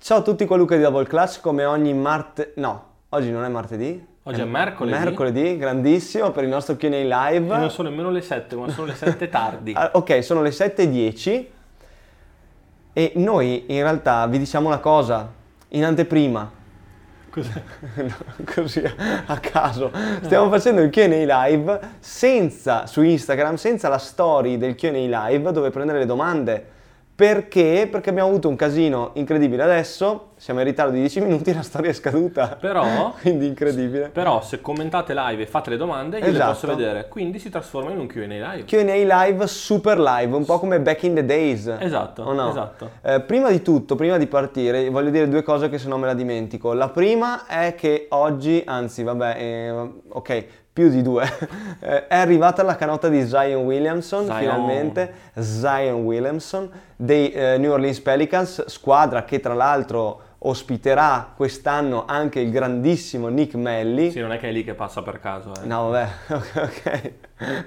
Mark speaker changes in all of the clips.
Speaker 1: Ciao a tutti qua Luca di Double Clutch, come ogni martedì... No, oggi non è martedì.
Speaker 2: Oggi
Speaker 1: è
Speaker 2: è mercoledì.
Speaker 1: Mercoledì, grandissimo, per il nostro Q&A live.
Speaker 2: E non sono nemmeno le 7, ma sono le 7 tardi.
Speaker 1: Ah, ok, sono le 7.10 e noi in realtà vi diciamo una cosa, in anteprima.
Speaker 2: Cos'è?
Speaker 1: No, così a caso stiamo facendo il Q&A live senza su Instagram senza la story del Q&A live dove prendere le domande perché perché abbiamo avuto un casino incredibile adesso siamo in ritardo di 10 minuti e la storia è scaduta
Speaker 2: Però,
Speaker 1: quindi incredibile
Speaker 2: però se commentate live e fate le domande, io le
Speaker 1: Esatto.
Speaker 2: posso vedere. Quindi si trasforma in un Q&A live.
Speaker 1: Q&A live super live un po' come back in the days
Speaker 2: Esatto,
Speaker 1: o no?
Speaker 2: esatto.
Speaker 1: Eh, prima di tutto, prima di partire, voglio dire due cose che se no me la dimentico. La prima è che oggi, anzi, vabbè, eh, ok, più di due, eh, è arrivata la canotta di Zion Williamson,
Speaker 2: Zion.
Speaker 1: finalmente, Zion Williamson, dei eh, New Orleans Pelicans, squadra che tra l'altro ospiterà quest'anno anche il grandissimo Nick Melli.
Speaker 2: Sì, non è che è lì che passa per caso. eh.
Speaker 1: No, vabbè, ok, ok.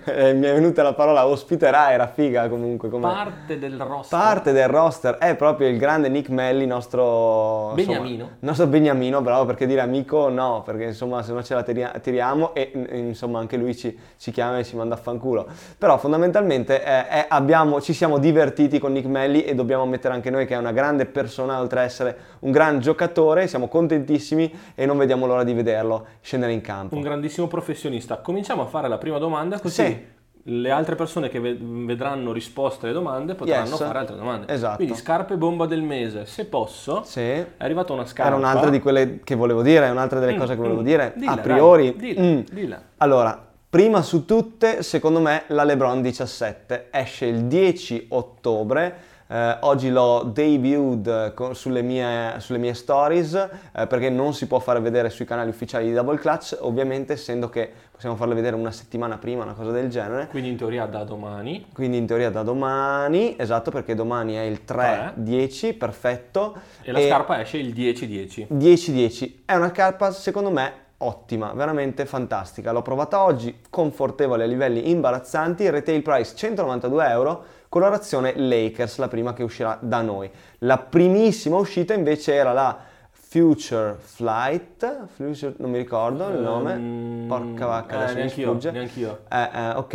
Speaker 1: Eh, mi è venuta la parola ospiterà, era figa comunque come
Speaker 2: Parte del roster.
Speaker 1: parte del roster è proprio il grande Nick Melli, nostro insomma,
Speaker 2: Beniamino.
Speaker 1: nostro Beniamino, bravo, perché dire amico no, perché insomma se no ce la tiri- tiriamo e n- insomma anche lui ci, ci chiama e ci manda a fanculo. Però fondamentalmente eh, è- abbiamo- ci siamo divertiti con Nick Melli e dobbiamo ammettere anche noi che è una grande persona, oltre a essere un gran giocatore, siamo contentissimi e non vediamo l'ora di vederlo scendere in campo.
Speaker 2: Un grandissimo professionista. Cominciamo a fare la prima domanda così...
Speaker 1: Sì.
Speaker 2: Le altre persone che ve- vedranno risposte alle domande potranno
Speaker 1: Yes.
Speaker 2: fare altre domande.
Speaker 1: Esatto.
Speaker 2: Quindi scarpe bomba del mese. Se posso,
Speaker 1: Sì.
Speaker 2: è arrivata una scarpa.
Speaker 1: Era un'altra di quelle che volevo dire, è un'altra delle
Speaker 2: Mm,
Speaker 1: cose che
Speaker 2: mm.
Speaker 1: volevo dire.
Speaker 2: Dilla,
Speaker 1: a priori,
Speaker 2: dai, dilla,
Speaker 1: mm.
Speaker 2: dilla.
Speaker 1: allora, prima su tutte, secondo me la LeBron 17 esce il 10 ottobre. Eh, oggi l'ho debuted co- sulle, mie, sulle mie stories eh, perché non si può fare vedere sui canali ufficiali di Double Clutch, ovviamente, essendo che possiamo farle vedere una settimana prima, una cosa del genere.
Speaker 2: Quindi in teoria da domani.
Speaker 1: Quindi in teoria da domani, esatto, perché domani è il 3-10, perfetto.
Speaker 2: Eh. E la scarpa esce il 10-10.
Speaker 1: 10-10. È una carpa, secondo me, ottima, veramente fantastica. L'ho provata oggi, confortevole a livelli imbarazzanti, retail price 192 euro, colorazione Lakers, la prima che uscirà da noi. La primissima uscita invece era la Future Flight, Future, non mi ricordo il nome,
Speaker 2: Ehm,
Speaker 1: porca vacca,
Speaker 2: eh,
Speaker 1: adesso mi
Speaker 2: neanch'io,
Speaker 1: sfugge.
Speaker 2: neanch'io.
Speaker 1: Eh, eh, ok,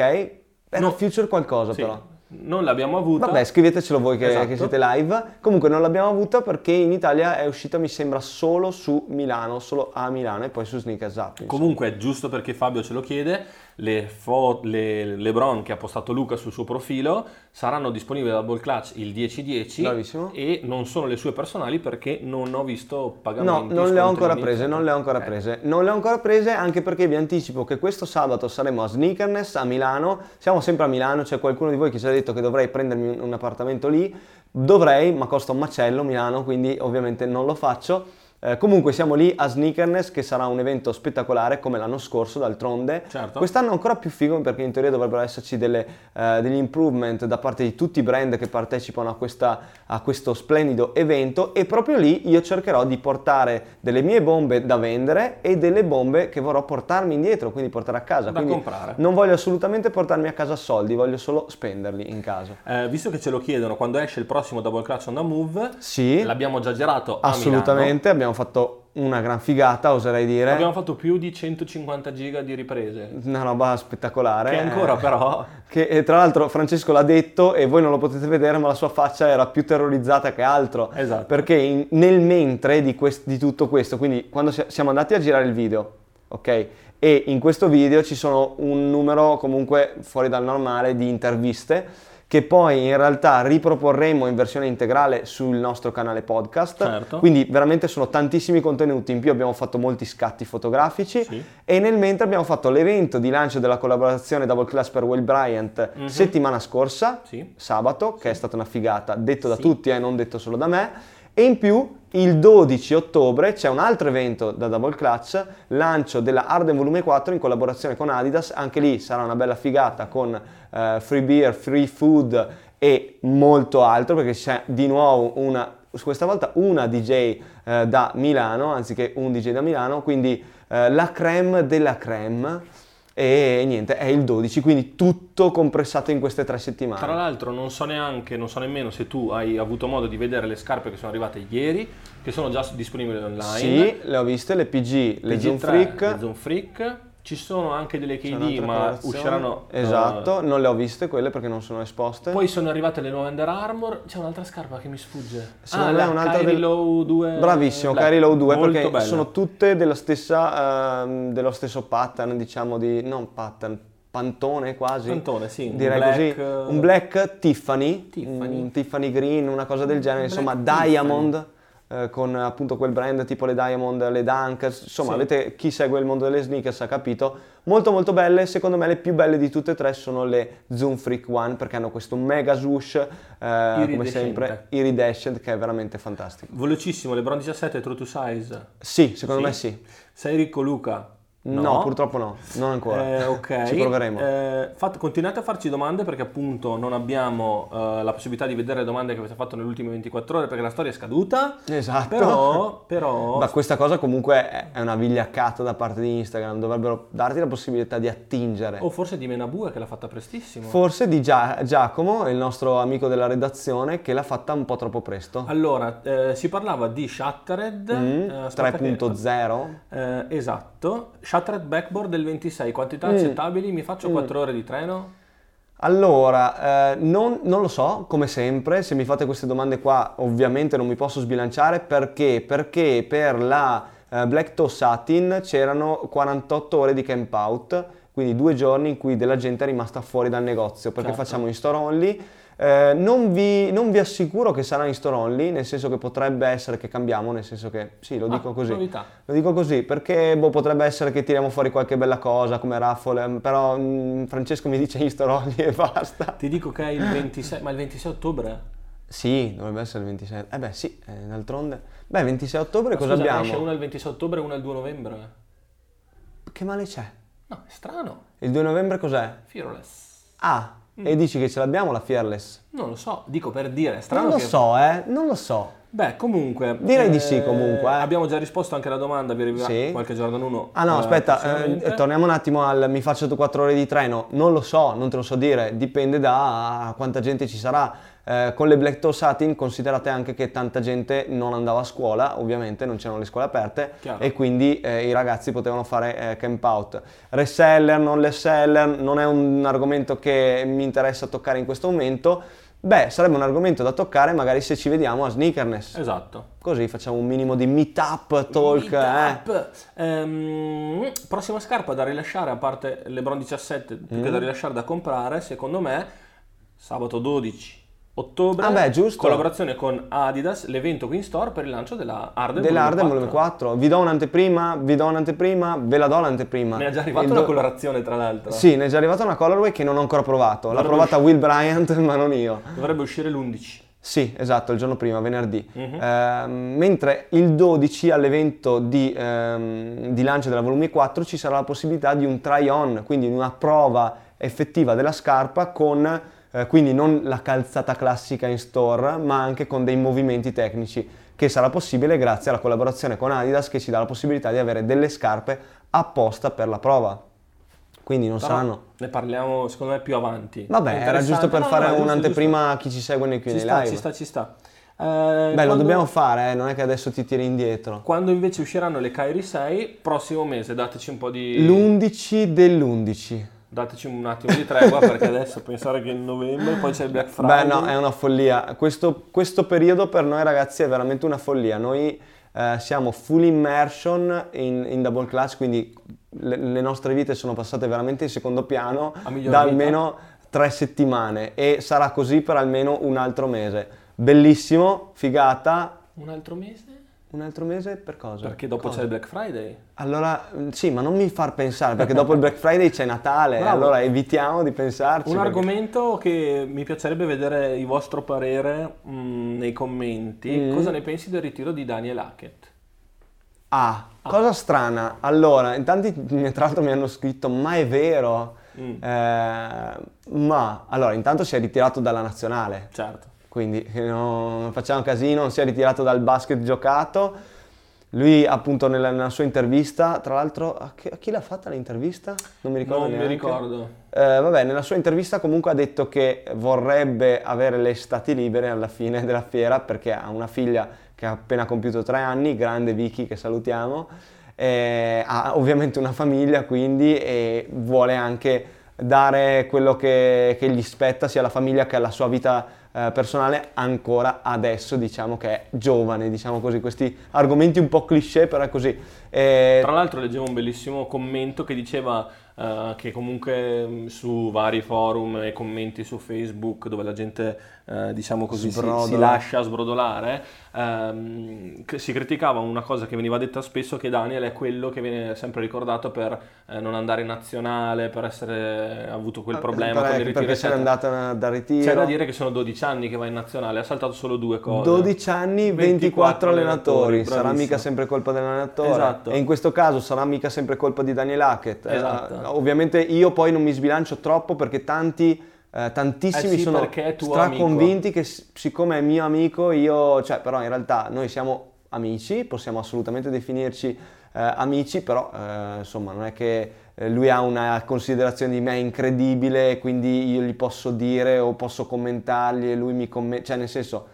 Speaker 1: era
Speaker 2: No.
Speaker 1: Future qualcosa
Speaker 2: Sì,
Speaker 1: però.
Speaker 2: Non l'abbiamo avuta.
Speaker 1: Vabbè, scrivetecelo voi che,
Speaker 2: Esatto.
Speaker 1: che siete live. Comunque non l'abbiamo avuta perché in Italia è uscita, mi sembra, solo su Milano, solo a Milano e poi su Sneakers Up. insomma.
Speaker 2: Comunque, giusto perché Fabio ce lo chiede, le, fo- le Lebron che ha postato Luca sul suo profilo saranno disponibili da Double Clutch il 10-10
Speaker 1: Bravissimo.
Speaker 2: e non sono le sue personali perché non ho visto
Speaker 1: No,
Speaker 2: pagamenti.
Speaker 1: non
Speaker 2: eh,
Speaker 1: le ho
Speaker 2: sconti,
Speaker 1: ancora
Speaker 2: niente.
Speaker 1: prese, non le ho ancora
Speaker 2: Ok.
Speaker 1: prese. Non le ho ancora prese anche perché vi anticipo che questo sabato saremo a Sneakerness a Milano. Siamo sempre a Milano, c'è qualcuno di voi che ci ha detto che dovrei prendermi un- un appartamento lì. Dovrei, ma costa un macello Milano, quindi ovviamente non lo faccio. Eh, comunque siamo lì a Sneakerness che sarà un evento spettacolare come l'anno scorso d'altronde.
Speaker 2: Certo.
Speaker 1: Quest'anno è ancora più figo perché in teoria dovrebbero esserci delle, eh, degli improvement da parte di tutti i brand che partecipano a, questa- a questo splendido evento e proprio lì io cercherò di portare delle mie bombe da vendere e delle bombe che vorrò portarmi indietro, quindi portare a casa.
Speaker 2: Da
Speaker 1: Quindi
Speaker 2: comprare.
Speaker 1: Non voglio assolutamente portarmi a casa soldi, voglio solo spenderli in casa.
Speaker 2: Eh, visto che ce lo chiedono, quando esce il prossimo Double Clutch on the Move,
Speaker 1: Sì,
Speaker 2: l'abbiamo già girato a Milano.
Speaker 1: assolutamente, abbiamo fatto una gran figata, oserei dire.
Speaker 2: Abbiamo fatto più di 150 giga di riprese.
Speaker 1: Una roba spettacolare.
Speaker 2: Che ancora però
Speaker 1: Che eh, tra l'altro Francesco l'ha detto e voi non lo potete vedere, ma la sua faccia era più terrorizzata che altro.
Speaker 2: Esatto.
Speaker 1: Perché in- nel mentre di, quest- di tutto questo, quindi quando si- siamo andati a girare il video, ok? E in questo video ci sono un numero comunque fuori dal normale di interviste che poi in realtà riproporremo in versione integrale sul nostro canale podcast.
Speaker 2: Certo.
Speaker 1: Quindi veramente sono tantissimi contenuti, in più abbiamo fatto molti scatti fotografici
Speaker 2: Sì.
Speaker 1: e nel mentre abbiamo fatto l'evento di lancio della collaborazione Double Class per Will Bryant
Speaker 2: Mhm.
Speaker 1: settimana scorsa,
Speaker 2: Sì.
Speaker 1: sabato, che è stata una figata, detto da
Speaker 2: Sì.
Speaker 1: tutti e non detto solo da me. E in più il 12 ottobre c'è un altro evento da Double Clutch, lancio della Arden Volume 4 in collaborazione con Adidas, anche lì sarà una bella figata con eh, free beer, free food e molto altro perché c'è di nuovo una, questa volta una DJ eh, da Milano anziché un DJ da Milano, quindi eh, la creme della creme e niente, è il 12, quindi tutto compressato in queste tre settimane.
Speaker 2: Tra l'altro non so neanche, non so nemmeno se tu hai avuto modo di vedere le scarpe che sono arrivate ieri, che sono già disponibili online.
Speaker 1: Sì, le ho viste, le PG, le Zoom Freak.
Speaker 2: le Zoom Freak. Ci sono anche delle
Speaker 1: C'è un'altra
Speaker 2: KD, ma
Speaker 1: colorazione.
Speaker 2: usciranno...
Speaker 1: Esatto,
Speaker 2: eh,
Speaker 1: non le ho viste quelle perché non sono esposte.
Speaker 2: poi sono arrivate le nuove Under Armour, c'è un'altra scarpa che mi sfugge.
Speaker 1: Secondo
Speaker 2: ah,
Speaker 1: me
Speaker 2: la
Speaker 1: è un'altra
Speaker 2: Kyrie
Speaker 1: del-
Speaker 2: Low 2.
Speaker 1: Bravissimo,
Speaker 2: Black.
Speaker 1: Cari Low 2
Speaker 2: Molto
Speaker 1: perché
Speaker 2: bella.
Speaker 1: sono tutte della stessa, ehm, dello stesso pattern, diciamo di non pattern, pantone quasi.
Speaker 2: Pantone, sì, un
Speaker 1: Direi
Speaker 2: black,
Speaker 1: così,
Speaker 2: eh,
Speaker 1: un black Tiffany,
Speaker 2: Tiffany.
Speaker 1: un Tiffany green, una cosa del genere,
Speaker 2: Black
Speaker 1: insomma
Speaker 2: Tiffany.
Speaker 1: Diamond eh, con appunto quel brand tipo le Diamond, le Dunk, insomma
Speaker 2: Sì.
Speaker 1: avete chi segue il mondo delle sneakers ha capito, molto molto belle, secondo me le più belle di tutte e tre sono le Zoom Freak One perché hanno questo mega swoosh eh, come
Speaker 2: Iridescente.
Speaker 1: sempre iridescent che è veramente fantastico.
Speaker 2: Velocissimo, LeBron 17, True to Size.
Speaker 1: Sì, secondo
Speaker 2: Sì?
Speaker 1: me sì.
Speaker 2: Sei ricco Luca?
Speaker 1: No, purtroppo no, non ancora.
Speaker 2: Eh, ok.
Speaker 1: Ci proveremo.
Speaker 2: Eh, fate- continuate a farci domande perché appunto non abbiamo eh, la possibilità di vedere le domande che avete fatto nelle ultime 24 ore perché la storia è scaduta.
Speaker 1: esatto.
Speaker 2: Però, però
Speaker 1: Ma questa cosa comunque è- è una vigliaccata da parte di Instagram, dovrebbero darti la possibilità di attingere.
Speaker 2: o forse di Menabue che l'ha fatta prestissimo.
Speaker 1: Forse di Gia- Giacomo, il nostro amico della redazione, che l'ha fatta un po' troppo presto.
Speaker 2: allora, eh, si parlava di Shattered
Speaker 1: Mm,
Speaker 2: eh, aspetta che-
Speaker 1: 3.0.
Speaker 2: eh, esatto, Shattered Backboard del 26, quantità
Speaker 1: Mm.
Speaker 2: accettabili, mi faccio 4 ore di treno?
Speaker 1: Allora, eh, non, non lo so, come sempre, se mi fate queste domande qua ovviamente non mi posso sbilanciare perché, perché per la eh, Black Toe Satin c'erano 48 ore di camp out, quindi due giorni in cui della gente è rimasta fuori dal negozio perché
Speaker 2: Certo.
Speaker 1: facciamo in store only. Eh, non, vi, non vi assicuro che sarà in store only, nel senso che potrebbe essere che cambiamo, nel senso che sì, lo
Speaker 2: Ah,
Speaker 1: dico così.
Speaker 2: novità.
Speaker 1: Lo dico così perché boh, potrebbe essere che tiriamo fuori qualche bella cosa come raffole, mm, però mm, Francesco mi dice Instagram e basta.
Speaker 2: Ti dico che è il 26, ma il 26 ottobre?
Speaker 1: Sì, dovrebbe essere il 26. Eh beh sì, eh, d'altronde. Beh, 26 ottobre
Speaker 2: Ma
Speaker 1: cosa
Speaker 2: scusa,
Speaker 1: abbiamo?
Speaker 2: Esce una il 26 ottobre e una il 2 novembre.
Speaker 1: Che male c'è?
Speaker 2: No, è strano.
Speaker 1: Il 2 novembre cos'è?
Speaker 2: Fearless.
Speaker 1: Ah,
Speaker 2: Mm.
Speaker 1: e dici che ce l'abbiamo la Fearless?
Speaker 2: Non lo so, dico per dire, è strano
Speaker 1: Non lo
Speaker 2: che-
Speaker 1: so, eh, non lo so.
Speaker 2: Beh, comunque...
Speaker 1: Direi di sì, comunque, eh.
Speaker 2: Abbiamo già risposto anche alla domanda, vi arriverà
Speaker 1: Sì.
Speaker 2: qualche giorno in uno.
Speaker 1: Ah no,
Speaker 2: eh,
Speaker 1: aspetta, eh,
Speaker 2: prossimamente.
Speaker 1: torniamo un attimo al mi faccio 4 ore di treno. Non lo so, non te lo so dire, dipende da quanta gente ci sarà. Eh, con le Black Toe Satin considerate anche che tanta gente non andava a scuola, ovviamente non c'erano le scuole aperte
Speaker 2: Chiaro.
Speaker 1: e quindi eh, i ragazzi potevano fare eh, camp out. Reseller, non reseller, non è un argomento che mi interessa toccare in questo momento. Beh, sarebbe un argomento da toccare magari se ci vediamo a Sneakerness.
Speaker 2: Esatto.
Speaker 1: Così facciamo un minimo di meet-up talk,
Speaker 2: Meet
Speaker 1: eh.
Speaker 2: up. Ehm, prossima scarpa da rilasciare, a parte LeBron 17, più che da
Speaker 1: Mm.
Speaker 2: rilasciare, da comprare, secondo me, sabato 12 ottobre,
Speaker 1: Ah, beh, giusto.
Speaker 2: collaborazione con Adidas, l'evento qui in store per il lancio della Harden
Speaker 1: dell'Arden
Speaker 2: Volume
Speaker 1: Volume 4. Vi do un'anteprima, vi do un'anteprima, ve la do l'anteprima.
Speaker 2: Mi è già arrivata
Speaker 1: Il
Speaker 2: una
Speaker 1: do-
Speaker 2: colorazione, tra l'altro.
Speaker 1: Sì, ne è già arrivata una colorway che non ho ancora provato. L'ha
Speaker 2: Guarda,
Speaker 1: provata Will Bryant, ma non io.
Speaker 2: Dovrebbe uscire l'11.
Speaker 1: Sì, esatto, il giorno prima, venerdì.
Speaker 2: Mhm.
Speaker 1: Ehm, mentre il 12 all'evento di, ehm, di lancio della Volume 4 ci sarà la possibilità di un try-on, quindi una prova effettiva della scarpa con eh, quindi non la calzata classica in store, ma anche con dei movimenti tecnici che sarà possibile grazie alla collaborazione con Adidas che ci dà la possibilità di avere delle scarpe apposta per la prova. Quindi non
Speaker 2: Però
Speaker 1: saranno
Speaker 2: Ne parliamo secondo me più avanti. È
Speaker 1: Vabbè, era
Speaker 2: interessante.
Speaker 1: giusto per
Speaker 2: No, no,
Speaker 1: fare
Speaker 2: no, giusto,
Speaker 1: un'anteprima a chi ci segue nei Q&A
Speaker 2: giusto. Ci
Speaker 1: live.
Speaker 2: sta, ci sta, ci sta. Eh,
Speaker 1: Beh,
Speaker 2: quando-
Speaker 1: lo dobbiamo fare, eh, non è che adesso ti tiri indietro.
Speaker 2: Quando invece usciranno le Kairi 6, prossimo mese, dateci un po' di...
Speaker 1: L'11 dell'11.
Speaker 2: Dateci un attimo di tregua perché adesso pensare che è il novembre, poi c'è il Black
Speaker 1: Beh,
Speaker 2: Friday.
Speaker 1: no, è una follia. Questo, questo periodo per noi ragazzi è veramente una follia. Noi eh, siamo full immersion in, in double clutch, quindi le, le nostre vite sono passate veramente in secondo piano
Speaker 2: A miglior
Speaker 1: da
Speaker 2: vita.
Speaker 1: almeno tre settimane e sarà così per almeno un altro mese. Bellissimo, figata.
Speaker 2: Un altro mese?
Speaker 1: Un altro mese per cosa?
Speaker 2: Perché dopo
Speaker 1: Cosa?
Speaker 2: c'è il Black Friday.
Speaker 1: Allora, mh, sì, ma non mi far pensare, perché dopo il Black Friday c'è Natale,
Speaker 2: Bravo.
Speaker 1: allora evitiamo di pensarci.
Speaker 2: Un
Speaker 1: perché-
Speaker 2: argomento che mi piacerebbe vedere il vostro parere mm, nei commenti.
Speaker 1: Mm.
Speaker 2: Cosa ne pensi del ritiro di Daniel Hackett?
Speaker 1: Ah, cosa strana. Allora, in tanti mh, tra l'altro mi hanno scritto, ma è vero?
Speaker 2: Mm.
Speaker 1: Eh, ma, allora, intanto si è ritirato dalla nazionale,
Speaker 2: Certo.
Speaker 1: quindi eh, non facciamo casino, non si è ritirato dal basket giocato. Lui appunto nella, nella sua intervista, tra l'altro a chi, a chi l'ha fatta l'intervista? Non mi ricordo
Speaker 2: non mi
Speaker 1: neanche.
Speaker 2: ricordo.
Speaker 1: Eh, vabbè, nella sua intervista comunque ha detto che vorrebbe avere le estati libere alla fine della fiera perché ha una figlia che ha appena compiuto tre anni, grande Vicky che salutiamo, eh, ha ovviamente una famiglia quindi e vuole anche dare quello che, che gli spetta sia alla famiglia che alla sua vita eh, personale ancora adesso diciamo che è giovane, diciamo così, questi argomenti un po' cliché però è così. Eh,
Speaker 2: Tra l'altro leggevo un bellissimo commento che diceva eh, che comunque mh, su vari forum e commenti su Facebook dove la gente eh, diciamo così si,
Speaker 1: Sbrodola.
Speaker 2: si lascia sbrodolare ehm, che si criticava una cosa che veniva detta spesso che Daniel è quello che viene sempre ricordato per eh, non andare in nazionale, per essere ha avuto quel problema
Speaker 1: perché-
Speaker 2: con il ritiro
Speaker 1: Ah, Eh, ecco, perché se n'è
Speaker 2: eccetera.
Speaker 1: andata da ritiro.
Speaker 2: C'è da dire che sono 12 anni che va in nazionale, ha saltato solo due cose.
Speaker 1: 12 anni, 24,
Speaker 2: 24
Speaker 1: allenatori,
Speaker 2: allenatori,
Speaker 1: sarà
Speaker 2: bravissimo.
Speaker 1: mica sempre colpa dell'allenatore.
Speaker 2: Esatto.
Speaker 1: E in questo caso sarà mica sempre colpa di Daniel Hackett. Eh,
Speaker 2: Esatto.
Speaker 1: ovviamente io poi non mi sbilancio troppo perché tanti, eh,
Speaker 2: Eh
Speaker 1: tantissimi
Speaker 2: sì,
Speaker 1: sono
Speaker 2: perché è tuo
Speaker 1: straconvinti che s- siccome è mio amico, io, cioè però in realtà noi siamo amici, possiamo assolutamente definirci eh, amici, però eh, insomma non è che eh, lui ha una considerazione di me incredibile, quindi io gli posso dire o posso commentargli e lui mi commenta, cioè nel senso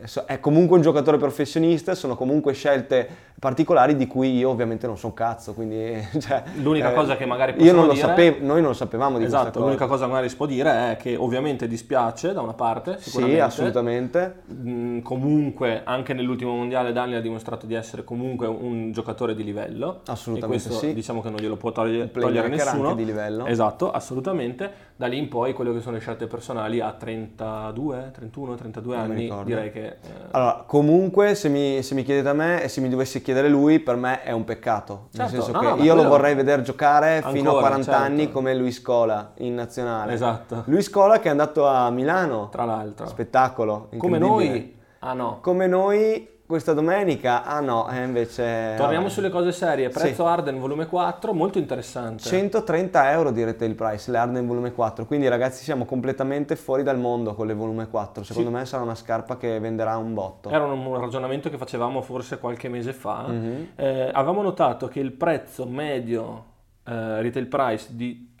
Speaker 1: eh, so- è comunque un giocatore professionista, sono comunque scelte particolari di cui io ovviamente non so un cazzo, quindi cioè,
Speaker 2: L'unica cosa che magari
Speaker 1: io non
Speaker 2: possiamo
Speaker 1: lo
Speaker 2: dire-
Speaker 1: sapevo, noi non lo sapevamo di
Speaker 2: Esatto,
Speaker 1: questa cosa.
Speaker 2: l'unica cosa che magari si può dire è che ovviamente dispiace da una parte, sicuramente.
Speaker 1: Sì, assolutamente.
Speaker 2: Mm, Comunque, anche nell'ultimo mondiale Daniel ha dimostrato di essere comunque un giocatore di livello.
Speaker 1: Assolutamente
Speaker 2: e questo
Speaker 1: sì.
Speaker 2: diciamo che non glielo può toglie-
Speaker 1: Un
Speaker 2: togliere
Speaker 1: playmaker
Speaker 2: nessuno.
Speaker 1: anche di livello.
Speaker 2: Esatto, assolutamente. Da lì in poi quello che sono le scelte personali a 32, 31, 32
Speaker 1: Non mi
Speaker 2: anni,
Speaker 1: ricordo.
Speaker 2: direi che eh,
Speaker 1: Allora, comunque, se mi, se mi chiedete a me e se mi dovessi chiedere lui, per me è un peccato. Nel
Speaker 2: Certo,
Speaker 1: senso
Speaker 2: no,
Speaker 1: che
Speaker 2: no, ma
Speaker 1: io lo
Speaker 2: quello-
Speaker 1: vorrei vedere giocare fino a
Speaker 2: Ancora,
Speaker 1: 40
Speaker 2: certo.
Speaker 1: anni come Luis Cola in nazionale.
Speaker 2: Esatto.
Speaker 1: Luis Cola che è andato a Milano,
Speaker 2: tra l'altro.
Speaker 1: spettacolo.
Speaker 2: Come
Speaker 1: incredibile.
Speaker 2: noi Ah no.
Speaker 1: Come noi questa domenica? Ah no, eh, invece...
Speaker 2: Torniamo
Speaker 1: vabbè.
Speaker 2: sulle cose serie. Prezzo
Speaker 1: Sì.
Speaker 2: Arden volume 4, molto interessante.
Speaker 1: 130 euro di retail price, le Arden volume 4, quindi ragazzi siamo completamente fuori dal mondo con le volume 4, secondo me sarà una scarpa che venderà un botto.
Speaker 2: Era un, un ragionamento che facevamo forse qualche mese fa.
Speaker 1: Mhm.
Speaker 2: Eh, avevamo notato che il prezzo medio eh, retail price di,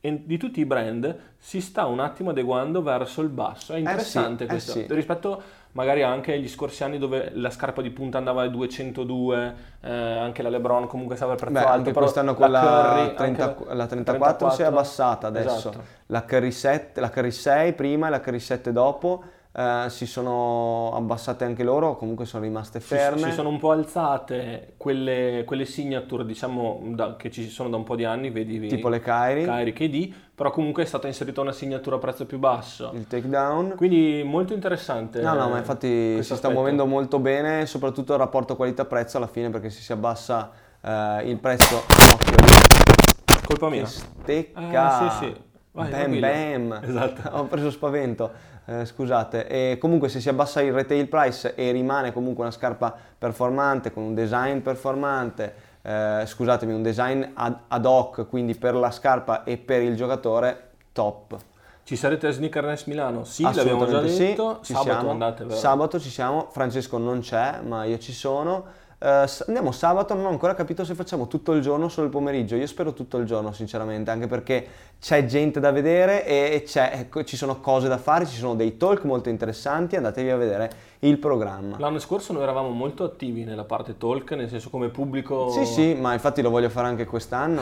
Speaker 2: en- di tutti i brand si sta un attimo adeguando verso il basso. È
Speaker 1: sì,
Speaker 2: interessante
Speaker 1: eh
Speaker 2: questo.
Speaker 1: sì.
Speaker 2: Rispetto magari anche agli scorsi anni dove la scarpa di punta andava a 202, eh, anche la Lebron comunque stava al prezzo
Speaker 1: Beh,
Speaker 2: alto.
Speaker 1: anche
Speaker 2: però
Speaker 1: quest'anno
Speaker 2: la
Speaker 1: con la,
Speaker 2: Curry, anche
Speaker 1: 30 la 34, si è abbassata adesso.
Speaker 2: Esatto.
Speaker 1: La, Curry 7 la Curry 6 prima e la Curry 7 dopo eh, si sono abbassate anche loro, comunque sono rimaste
Speaker 2: Si-
Speaker 1: ferme.
Speaker 2: Si sono un po' alzate quelle, quelle signature, diciamo, da- che ci sono da un po' di anni, vedi
Speaker 1: tipo le Kyrie,
Speaker 2: Kyrie KD, però comunque è stata inserita una signatura a prezzo più basso.
Speaker 1: il takedown.
Speaker 2: Quindi molto interessante.
Speaker 1: Mm. No, no, ma
Speaker 2: eh,
Speaker 1: infatti si
Speaker 2: questo
Speaker 1: sta
Speaker 2: aspetto.
Speaker 1: muovendo molto bene, soprattutto il rapporto qualità-prezzo alla fine perché se si abbassa eh, il prezzo... Occhio,
Speaker 2: Colpa mia.
Speaker 1: che stecca!
Speaker 2: Eh, sì, Ah, sì.
Speaker 1: bam
Speaker 2: Vai, tranquillo.
Speaker 1: bam!
Speaker 2: Esatto.
Speaker 1: Ho preso spavento, eh, scusate. E comunque se si abbassa il retail price e rimane comunque una scarpa performante, con un design performante, eh, scusatemi, un design ad, ad hoc, quindi per la scarpa e per il giocatore, top.
Speaker 2: Ci sarete a Sneakerness Milano? Sì, l'abbiamo già
Speaker 1: Assolutamente
Speaker 2: detto.
Speaker 1: sì, ci
Speaker 2: Sabato
Speaker 1: siamo.
Speaker 2: andate, vero?
Speaker 1: Sabato ci siamo, Francesco non c'è, ma io ci sono. Eh, s- andiamo sabato, non ho ancora capito se facciamo tutto il giorno o solo il pomeriggio. Io spero tutto il giorno, sinceramente, anche perché c'è gente da vedere e, e c'è- ecco, ci sono cose da fare, ci sono dei talk molto interessanti. Andatevi a vedere il programma.
Speaker 2: L'anno scorso noi eravamo molto attivi nella parte talk, nel senso come pubblico...
Speaker 1: Sì, sì, ma infatti lo voglio fare anche quest'anno.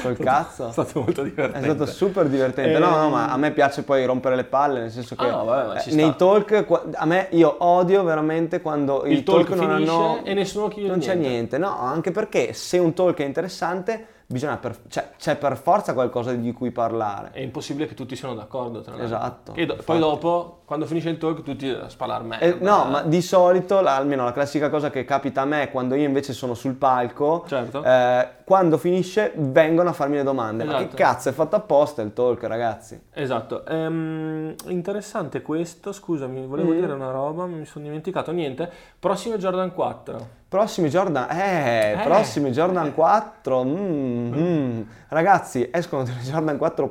Speaker 1: Col cazzo.
Speaker 2: È stato molto
Speaker 1: È
Speaker 2: divertente.
Speaker 1: stato super divertente.
Speaker 2: Ehm,
Speaker 1: No, no, ma a me piace poi rompere le palle, nel senso che
Speaker 2: Ah, no, vabbè, ma ci
Speaker 1: eh, nei
Speaker 2: sta.
Speaker 1: talk qua- a me io odio veramente quando
Speaker 2: Il
Speaker 1: i talk,
Speaker 2: talk
Speaker 1: non
Speaker 2: finisce
Speaker 1: hanno
Speaker 2: e nessuno chiede
Speaker 1: Non c'è niente, no, anche perché se un talk è interessante, bisogna per- cioè, c'è per forza qualcosa di cui parlare.
Speaker 2: È impossibile che tutti siano d'accordo, tra l'altro.
Speaker 1: Esatto,
Speaker 2: E do- poi
Speaker 1: infatti.
Speaker 2: dopo, quando finisce il talk, tutti a sparare merda.
Speaker 1: Eh, no, ma di solito, la- almeno la classica cosa che capita a me quando io invece sono sul palco,
Speaker 2: Certo.
Speaker 1: eh, quando finisce vengono a farmi le domande. Ma che
Speaker 2: Esatto.
Speaker 1: cazzo è fatto apposta il talk, ragazzi?
Speaker 2: Esatto, Ehm, interessante questo, scusami, volevo
Speaker 1: Mm.
Speaker 2: dire una roba, mi sono dimenticato, niente, prossimo Jordan 4,
Speaker 1: Prossimi Jordan, eh,
Speaker 2: Eh.
Speaker 1: prossimi Jordan 4, mm, Mhm. Ragazzi, escono delle Jordan 4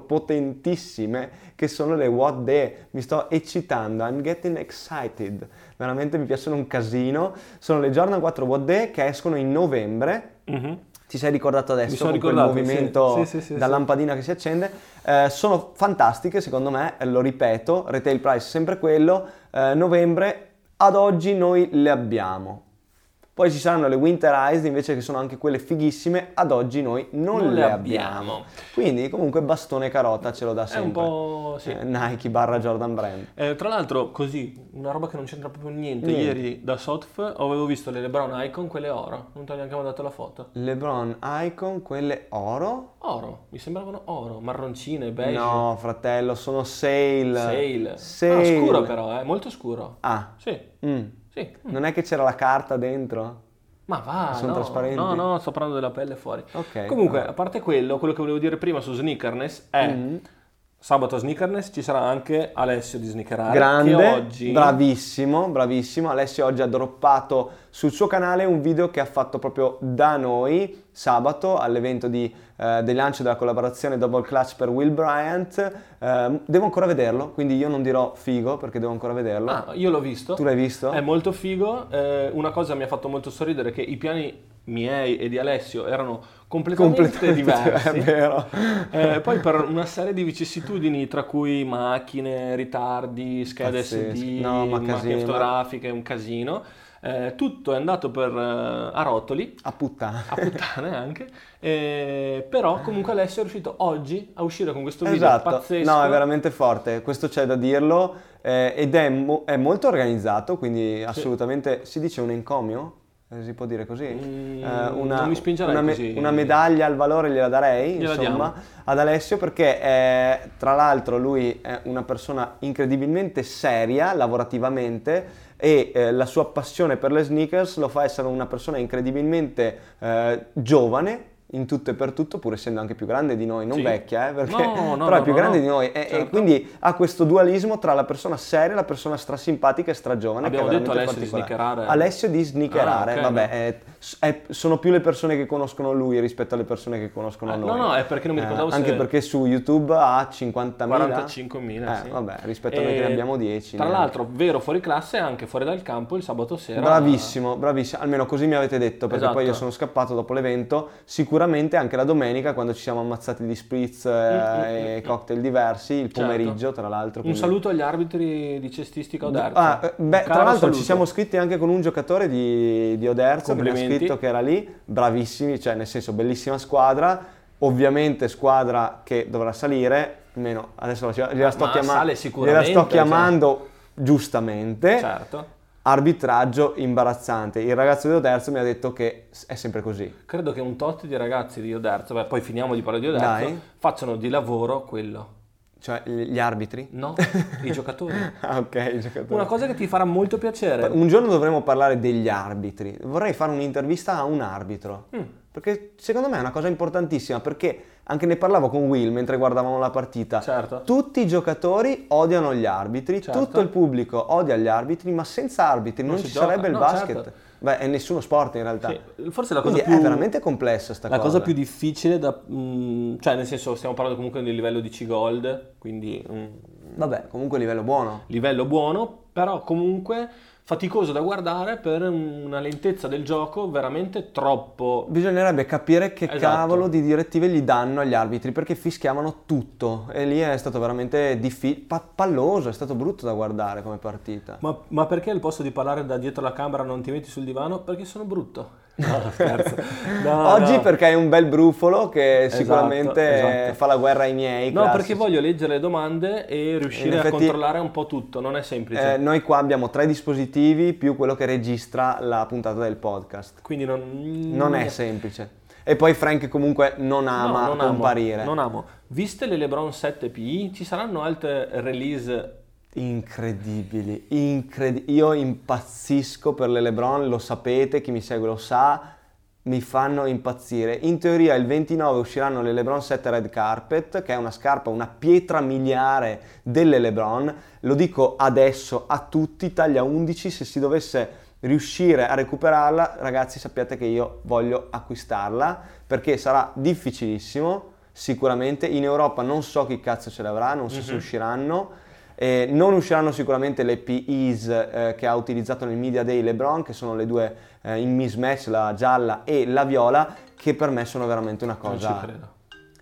Speaker 1: potentissime che sono le What The. Mi sto eccitando, I'm getting excited. Veramente mi piacciono un casino. Sono le Jordan 4 What The che escono in novembre.
Speaker 2: Mhm.
Speaker 1: Ti sei ricordato adesso
Speaker 2: Mi sono
Speaker 1: con
Speaker 2: ricordato,
Speaker 1: quel
Speaker 2: sì.
Speaker 1: movimento
Speaker 2: Sì, sì, sì,
Speaker 1: da
Speaker 2: sì.
Speaker 1: lampadina che si accende. Eh, sono fantastiche, secondo me, eh, lo ripeto, retail price è sempre quello. Eh, novembre, ad oggi noi le abbiamo. Poi ci saranno le winterized invece che sono anche quelle fighissime, ad oggi noi non, le, abbiamo. Quindi comunque bastone e carota ce lo dà
Speaker 2: È un
Speaker 1: sempre.
Speaker 2: po'... sì.
Speaker 1: Eh, Nike barra Jordan Brand.
Speaker 2: Eh, tra l'altro, così, una roba che non c'entra proprio niente,
Speaker 1: Niente.
Speaker 2: ieri da Sotf avevo visto le LeBron Icon, quelle oro, non ti ho neanche mandato la foto.
Speaker 1: LeBron Icon, quelle oro?
Speaker 2: Oro, mi sembravano oro, marroncine, beige,
Speaker 1: No, fratello, sono sale.
Speaker 2: sale.
Speaker 1: Sale.
Speaker 2: Ah, scuro però, eh, molto scuro.
Speaker 1: Ah,
Speaker 2: Sì,
Speaker 1: mm.
Speaker 2: sì.
Speaker 1: non è che c'era la carta dentro?
Speaker 2: Ma va,
Speaker 1: Sono
Speaker 2: no,
Speaker 1: trasparenti?
Speaker 2: no, no, sto parlando della pelle fuori.
Speaker 1: Ok.
Speaker 2: Comunque, a parte quello, quello che volevo dire prima su Sneakerness è...
Speaker 1: Mm.
Speaker 2: Sabato a Sneakerness ci sarà anche Alessio di Sneakerare
Speaker 1: Grande,
Speaker 2: che oggi
Speaker 1: bravissimo, bravissimo. Alessio oggi ha droppato sul suo canale un video che ha fatto proprio da noi sabato all'evento di, eh, del lancio della collaborazione Double Clutch per Will Bryant. Eh, devo ancora vederlo, quindi io non dirò figo perché devo ancora vederlo.
Speaker 2: Ah, io l'ho visto.
Speaker 1: tu l'hai visto?
Speaker 2: È molto figo. eh, una cosa mi ha fatto molto sorridere è che i piani miei e di Alessio erano completamente, diversi.
Speaker 1: è vero.
Speaker 2: Eh, poi per una serie di vicissitudini tra cui macchine, ritardi, schede
Speaker 1: Pazzesco.
Speaker 2: SD,
Speaker 1: No, ma
Speaker 2: macchine
Speaker 1: casino.
Speaker 2: fotografiche, un casino. eh, tutto è andato per, eh, a rotoli,
Speaker 1: A puttana.
Speaker 2: a puttane anche, eh, però comunque Alessio è riuscito oggi a uscire con questo video
Speaker 1: esatto.
Speaker 2: pazzesco.
Speaker 1: No, è veramente forte, questo c'è da dirlo eh, ed è, mo- è molto organizzato, quindi assolutamente si dice un encomio? Eh, Si può dire così?
Speaker 2: Mm,
Speaker 1: Eh, una,
Speaker 2: non mi spingerei
Speaker 1: una, me-
Speaker 2: così.
Speaker 1: una medaglia al valore gliela darei
Speaker 2: Gliela
Speaker 1: insomma
Speaker 2: diamo.
Speaker 1: ad Alessio perché eh, tra l'altro lui è una persona incredibilmente seria lavorativamente e eh, la sua passione per le sneakers lo fa essere una persona incredibilmente eh, giovane in tutto e per tutto pur essendo anche più grande di noi non
Speaker 2: Sì.
Speaker 1: vecchia eh, perché
Speaker 2: No, no,
Speaker 1: però è
Speaker 2: no,
Speaker 1: più
Speaker 2: no,
Speaker 1: grande
Speaker 2: no.
Speaker 1: di noi e, e
Speaker 2: Certo.
Speaker 1: quindi ha questo dualismo tra la persona seria e la persona strasimpatica e stragiovane
Speaker 2: Abbiamo
Speaker 1: che è
Speaker 2: detto
Speaker 1: veramente
Speaker 2: Alessio di
Speaker 1: particolare.
Speaker 2: sneakerare.
Speaker 1: Alessio di sneakerare
Speaker 2: Ah, ok,
Speaker 1: vabbè
Speaker 2: no.
Speaker 1: è- è- sono più le persone che conoscono lui rispetto alle persone che conoscono
Speaker 2: Eh,
Speaker 1: noi
Speaker 2: no, no, è perché non mi ricordavo
Speaker 1: Eh,
Speaker 2: se-
Speaker 1: anche perché su YouTube ha 50.000
Speaker 2: 45.000,
Speaker 1: eh,
Speaker 2: sì.
Speaker 1: vabbè rispetto a noi che ne
Speaker 2: E
Speaker 1: abbiamo 10
Speaker 2: Tra
Speaker 1: ne-
Speaker 2: l'altro, vero fuori classe e anche fuori dal campo il sabato sera.
Speaker 1: Bravissimo, bravissimo, almeno così mi avete detto, perché
Speaker 2: Esatto.
Speaker 1: poi io sono scappato dopo l'evento, sicuramente anche la domenica quando ci siamo ammazzati di spritz eh,
Speaker 2: Mm, mm,
Speaker 1: e
Speaker 2: mm.
Speaker 1: cocktail diversi, il
Speaker 2: Certo.
Speaker 1: pomeriggio tra l'altro.
Speaker 2: Un
Speaker 1: quindi-
Speaker 2: saluto agli arbitri di cestistica Oderzo.
Speaker 1: Ah, eh, beh,
Speaker 2: Un
Speaker 1: tra
Speaker 2: caro
Speaker 1: l'altro
Speaker 2: saluto.
Speaker 1: ci siamo scritti anche con un giocatore di, di Oderzo che mi ha
Speaker 2: Complimenti.
Speaker 1: scritto che era lì, bravissimi, cioè nel senso bellissima squadra, ovviamente squadra che dovrà salire, almeno adesso la, gliela sto,
Speaker 2: Ma
Speaker 1: chiama-
Speaker 2: sale
Speaker 1: gliela
Speaker 2: sicuramente,
Speaker 1: sto
Speaker 2: cioè.
Speaker 1: chiamando giustamente,
Speaker 2: Certo.
Speaker 1: arbitraggio imbarazzante, il ragazzo di Oderzo mi ha detto che s- è sempre così.
Speaker 2: Credo che un tot di ragazzi di Oderzo, beh, poi finiamo di parlare di Oderzo,
Speaker 1: Dai.
Speaker 2: facciano di lavoro quello.
Speaker 1: Cioè gli gli arbitri?
Speaker 2: No, i giocatori.
Speaker 1: Ah, ok, il giocatore.
Speaker 2: Una cosa che ti farà molto piacere.
Speaker 1: Un giorno dovremmo parlare degli arbitri. Vorrei fare un'intervista a un arbitro.
Speaker 2: Mm.
Speaker 1: Perché secondo me è una cosa importantissima, perché anche ne parlavo con Will mentre guardavamo la partita.
Speaker 2: Certo.
Speaker 1: Tutti i giocatori odiano gli arbitri,
Speaker 2: Certo.
Speaker 1: tutto il pubblico odia gli arbitri, ma senza arbitri non,
Speaker 2: si
Speaker 1: ci
Speaker 2: gioca.
Speaker 1: sarebbe il
Speaker 2: No,
Speaker 1: basket.
Speaker 2: certo.
Speaker 1: Beh, è nessuno sport in realtà.
Speaker 2: Sì, Forse la cosa
Speaker 1: Quindi
Speaker 2: più...
Speaker 1: è veramente complessa sta
Speaker 2: La cosa più difficile da... mm, cioè, nel senso, stiamo parlando comunque del livello di C-Gold, quindi mm, un
Speaker 1: Vabbè, comunque livello buono.
Speaker 2: livello buono, però comunque faticoso da guardare per una lentezza del gioco veramente troppo...
Speaker 1: Bisognerebbe capire che
Speaker 2: Esatto.
Speaker 1: cavolo di direttive gli danno agli arbitri perché fischiavano tutto e lì è stato veramente diffi- pa- palloso, è stato brutto da guardare come partita.
Speaker 2: Ma, ma perché al posto di parlare da dietro la camera non ti metti sul divano? Perché sono brutto. No, scherzo. No,
Speaker 1: Oggi
Speaker 2: no.
Speaker 1: perché è un bel brufolo che
Speaker 2: Esatto,
Speaker 1: sicuramente
Speaker 2: esatto.
Speaker 1: fa la guerra ai miei.
Speaker 2: No,
Speaker 1: classici.
Speaker 2: perché voglio leggere le domande e riuscire
Speaker 1: In
Speaker 2: a
Speaker 1: effetti-
Speaker 2: controllare un po' tutto, non è semplice.
Speaker 1: Eh, noi qua abbiamo tre dispositivi più quello che registra la puntata del podcast.
Speaker 2: Quindi non...
Speaker 1: Non è semplice. E poi Frank comunque non
Speaker 2: No,
Speaker 1: ama
Speaker 2: non amo,
Speaker 1: comparire.
Speaker 2: non amo. Viste le LeBron 7 PI, ci saranno altre release?
Speaker 1: Incredibili, incredi- Io impazzisco per le LeBron, lo sapete, chi mi segue lo sa, mi fanno impazzire. In teoria il 29 usciranno le LeBron 7 Red Carpet, che è una scarpa, una pietra miliare delle LeBron. Lo dico adesso a tutti, taglia 11, se si dovesse riuscire a recuperarla, ragazzi sappiate che io voglio acquistarla perché sarà difficilissimo sicuramente. In Europa non so chi cazzo ce l'avrà, non so se
Speaker 2: Mhm.
Speaker 1: usciranno. Eh, non usciranno sicuramente le PEs eh, che ha utilizzato nel Media Day LeBron, che sono le due eh, in mismatch, la gialla e la viola, che per me sono veramente una
Speaker 2: Non ci
Speaker 1: cosa.
Speaker 2: credo.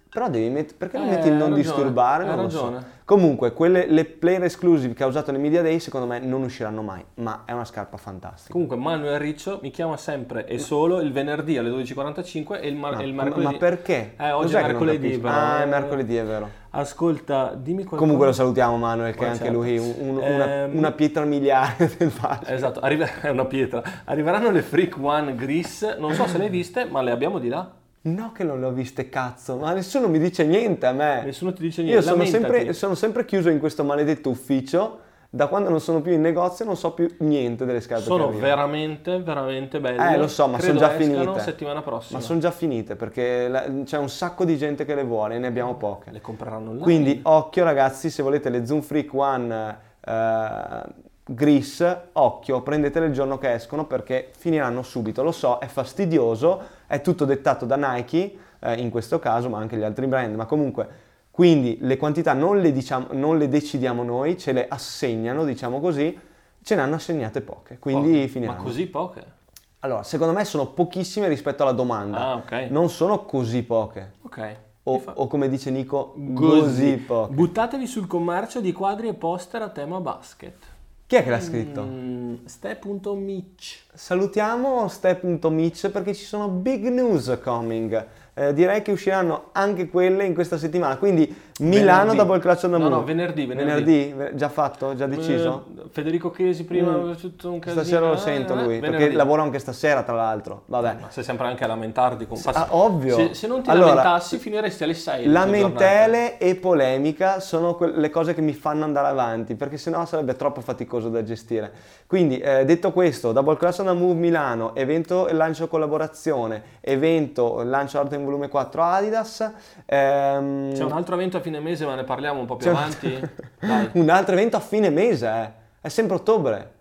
Speaker 1: Però devi met- perché non
Speaker 2: Eh,
Speaker 1: metti il
Speaker 2: hai
Speaker 1: non
Speaker 2: ragione,
Speaker 1: disturbare?
Speaker 2: hai
Speaker 1: Non lo so.
Speaker 2: ragione.
Speaker 1: Comunque, quelle, le player exclusive che ha usato nel Media Day, secondo me non usciranno mai, ma è una scarpa fantastica.
Speaker 2: Comunque Manuel Riccio mi chiama sempre e solo il venerdì alle 12.45 e il, mar-
Speaker 1: ma,
Speaker 2: e il
Speaker 1: ma-
Speaker 2: mercoledì.
Speaker 1: ma perché?
Speaker 2: Eh, oggi
Speaker 1: Cos'è che
Speaker 2: è
Speaker 1: non
Speaker 2: mercoledì
Speaker 1: capisci?
Speaker 2: però. eh,
Speaker 1: Ah, è mercoledì, è vero.
Speaker 2: Ascolta, dimmi qualcosa.
Speaker 1: Comunque lo salutiamo Manuel, che
Speaker 2: Ma
Speaker 1: è anche
Speaker 2: certo.
Speaker 1: lui un- un- una,
Speaker 2: Ehm,
Speaker 1: una pietra miliare del fascio.
Speaker 2: Esatto, arriva- è una pietra. Arriveranno le Freak One Gris, non so se le hai viste, ma le abbiamo di là.
Speaker 1: No che non le ho viste, cazzo, ma nessuno mi dice niente a me.
Speaker 2: Nessuno ti dice
Speaker 1: Io
Speaker 2: niente.
Speaker 1: sono
Speaker 2: lamentati.
Speaker 1: sempre, sono sempre chiuso in questo maledetto ufficio, da quando non sono più in negozio non so più niente delle scarpe
Speaker 2: Sono
Speaker 1: che arrivano.
Speaker 2: veramente, veramente belle.
Speaker 1: Eh, lo so, ma
Speaker 2: Credo
Speaker 1: sono già
Speaker 2: escano
Speaker 1: finite.
Speaker 2: settimana prossima.
Speaker 1: Ma sono già finite perché la- c'è un sacco di gente che le vuole e ne abbiamo poche.
Speaker 2: Le compreranno online.
Speaker 1: Quindi occhio ragazzi, se volete le Zoom Freak One eh, gris, occhio, prendetele il giorno che escono perché finiranno subito, lo so, è fastidioso, è tutto dettato da Nike eh, in questo caso, ma anche gli altri brand, ma comunque quindi le quantità non le, diciamo, non le decidiamo noi, ce le assegnano, diciamo così, ce ne hanno assegnate poche, quindi
Speaker 2: Poche.
Speaker 1: finiranno.
Speaker 2: Ma così poche?
Speaker 1: Allora, secondo me sono pochissime rispetto alla domanda,
Speaker 2: Ah, ok.
Speaker 1: non sono così poche.
Speaker 2: Ok.
Speaker 1: O,
Speaker 2: Mi fa-
Speaker 1: o come dice Nico,
Speaker 2: Così.
Speaker 1: così poche.
Speaker 2: Buttatevi sul commercio di quadri e poster a tema basket.
Speaker 1: Chi è che l'ha scritto?
Speaker 2: Mm, Ste.mich.
Speaker 1: Salutiamo Step.mitch perché ci sono big news coming. Eh, direi che usciranno anche quelle in questa settimana. Quindi Milano
Speaker 2: Venerdì.
Speaker 1: double clutch on the
Speaker 2: No,
Speaker 1: moon.
Speaker 2: no, venerdì, venerdì.
Speaker 1: Ve- Già fatto? Già deciso?
Speaker 2: Eh, Federico Chesi prima
Speaker 1: Mm.
Speaker 2: aveva tutto un casino.
Speaker 1: Stasera lo
Speaker 2: eh,
Speaker 1: sento
Speaker 2: eh,
Speaker 1: lui, perché
Speaker 2: venerdì. Eh,
Speaker 1: lavoro anche stasera tra l'altro. Vabbè.
Speaker 2: Ma sei sempre anche a lamentarti con
Speaker 1: Ah, ovvio.
Speaker 2: Se, se non ti
Speaker 1: Allora,
Speaker 2: lamentassi finiresti alle 6.
Speaker 1: Lamentele e polemica sono que- le cose che mi fanno andare avanti, perché sennò sarebbe troppo faticoso da gestire. Quindi, eh, detto questo, Double Cross on the Move Milano, evento e lancio collaborazione, evento lancio arte in volume 4 Adidas. ehm,
Speaker 2: C'è un altro evento a fine mese, ma ne parliamo un po' più
Speaker 1: c'è un-
Speaker 2: avanti. Dai.
Speaker 1: un altro evento a fine mese, eh. è sempre ottobre.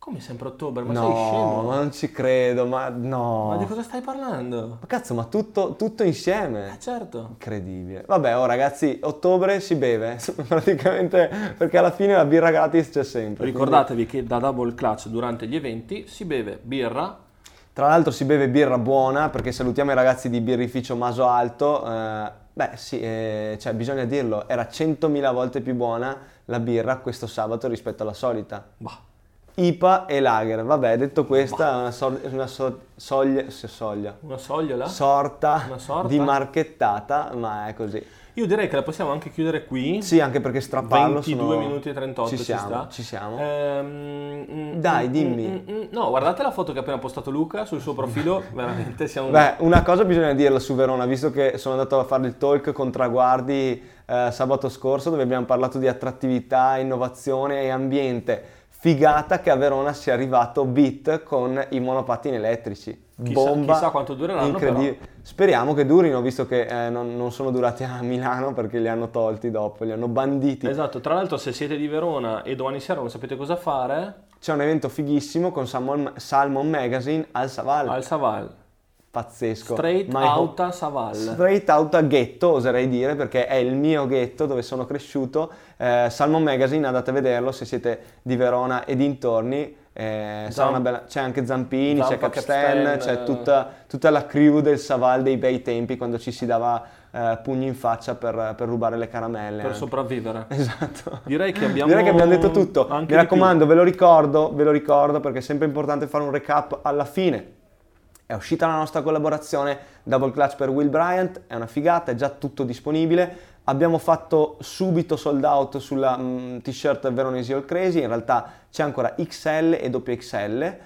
Speaker 2: Come sempre ottobre, ma sei
Speaker 1: no,
Speaker 2: scemo?
Speaker 1: ma non ci credo, ma no.
Speaker 2: Ma
Speaker 1: Ma,
Speaker 2: di cosa stai parlando?
Speaker 1: cazzo, ma tutto, tutto insieme.
Speaker 2: Eh certo.
Speaker 1: Incredibile. Vabbè, oh ragazzi, ottobre si beve, praticamente perché alla fine la birra gratis c'è sempre.
Speaker 2: Ricordatevi che da Double Clutch durante gli eventi si beve birra,
Speaker 1: Quindi, tra l'altro si beve birra buona perché salutiamo i ragazzi di birrificio Maso Alto. eh, beh sì, eh, cioè, bisogna dirlo, era 100.000 volte più buona la birra questo sabato rispetto alla solita.
Speaker 2: bah,
Speaker 1: IPA e Lager. Vabbè, detto questa, è una, sor- una so- soglia, se soglia,
Speaker 2: una sogliola.
Speaker 1: sorta,
Speaker 2: Una sorta?
Speaker 1: di marchettata, ma è così.
Speaker 2: Io direi che la possiamo anche chiudere qui.
Speaker 1: Sì, anche perché strapparlo
Speaker 2: 22
Speaker 1: sono-
Speaker 2: minuti e 38 ci
Speaker 1: siamo,
Speaker 2: sta.
Speaker 1: Ci siamo.
Speaker 2: Ehm, mm,
Speaker 1: Dai,
Speaker 2: mm,
Speaker 1: dimmi.
Speaker 2: mm, mm, mm. no, guardate la foto che ha appena postato Luca sul suo profilo, veramente siamo
Speaker 1: Beh, una cosa bisogna dirla su Verona, visto che sono andato a fare il talk con Traguardi eh, sabato scorso, dove abbiamo parlato di attrattività, innovazione e ambiente. Figata che a Verona sia arrivato Bit con i monopattini elettrici.
Speaker 2: Chissà-
Speaker 1: Bomba.
Speaker 2: chissà quanto dureranno,
Speaker 1: incredibile. Speriamo che durino, visto che eh, non, non sono durati a Milano perché li hanno tolti dopo, li hanno banditi.
Speaker 2: Esatto, tra l'altro se siete di Verona e domani sera non sapete cosa fare,
Speaker 1: C'è un evento fighissimo con Salmon, Salmon Magazine al Saval.
Speaker 2: al Saval,
Speaker 1: Pazzesco.
Speaker 2: straight
Speaker 1: My home-
Speaker 2: out a Saval.
Speaker 1: Straight out a ghetto, oserei dire, perché è il mio ghetto dove sono cresciuto. Eh, Salmon Magazine, andate a vederlo se siete di Verona e dintorni. Eh, sarà
Speaker 2: Zamp-
Speaker 1: una bella- C'è anche Zampini,
Speaker 2: Zampa,
Speaker 1: c'è Capstan,
Speaker 2: Capstan,
Speaker 1: c'è
Speaker 2: eh.
Speaker 1: tutta, tutta la crew del Saval dei bei tempi quando ci si dava eh, pugni in faccia per, per rubare le caramelle.
Speaker 2: per
Speaker 1: anche.
Speaker 2: sopravvivere.
Speaker 1: Esatto.
Speaker 2: Direi che abbiamo,
Speaker 1: Direi che abbiamo detto tutto.
Speaker 2: anche di
Speaker 1: Mi
Speaker 2: più.
Speaker 1: raccomando, ve lo ricordo, ve lo ricordo perché è sempre importante fare un recap alla fine. È uscita la nostra collaborazione Double Clutch per Will Bryant, è una figata, è già tutto disponibile. Abbiamo fatto subito sold out sulla mh, t-shirt Veronesi All Crazy, in realtà c'è ancora XL e XXL, eh,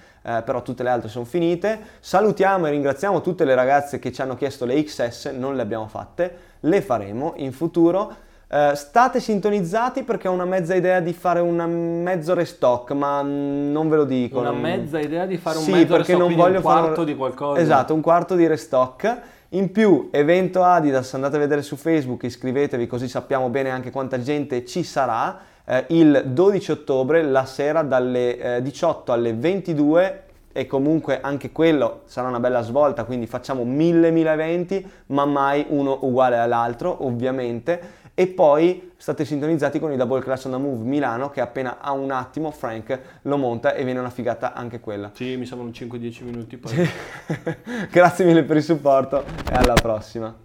Speaker 1: però tutte le altre sono finite. Salutiamo e ringraziamo tutte le ragazze che ci hanno chiesto le XS, non le abbiamo fatte, le faremo in futuro. Eh, state sintonizzati perché ho una mezza idea di fare un mezzo restock, ma mm, non ve lo dico.
Speaker 2: Una
Speaker 1: non-
Speaker 2: mezza idea di fare un
Speaker 1: Sì,
Speaker 2: mezzo
Speaker 1: perché
Speaker 2: resto,
Speaker 1: non
Speaker 2: quindi
Speaker 1: voglio
Speaker 2: un
Speaker 1: fare un-
Speaker 2: quarto di qualcosa.
Speaker 1: Esatto, un quarto di restock. In più, evento Adidas, andate a vedere su Facebook, iscrivetevi così sappiamo bene anche quanta gente ci sarà. eh, il 12 ottobre, la sera dalle eh, 18 alle 22 e comunque anche quello sarà una bella svolta, quindi facciamo mille, mille eventi, ma mai uno uguale all'altro, ovviamente. E poi state sintonizzati con i Double Clash on the Move Milano, che appena a un attimo Frank lo monta e viene una figata anche quella.
Speaker 2: Sì, mi sembrano 5-10 minuti poi.
Speaker 1: Grazie mille per il supporto e alla prossima.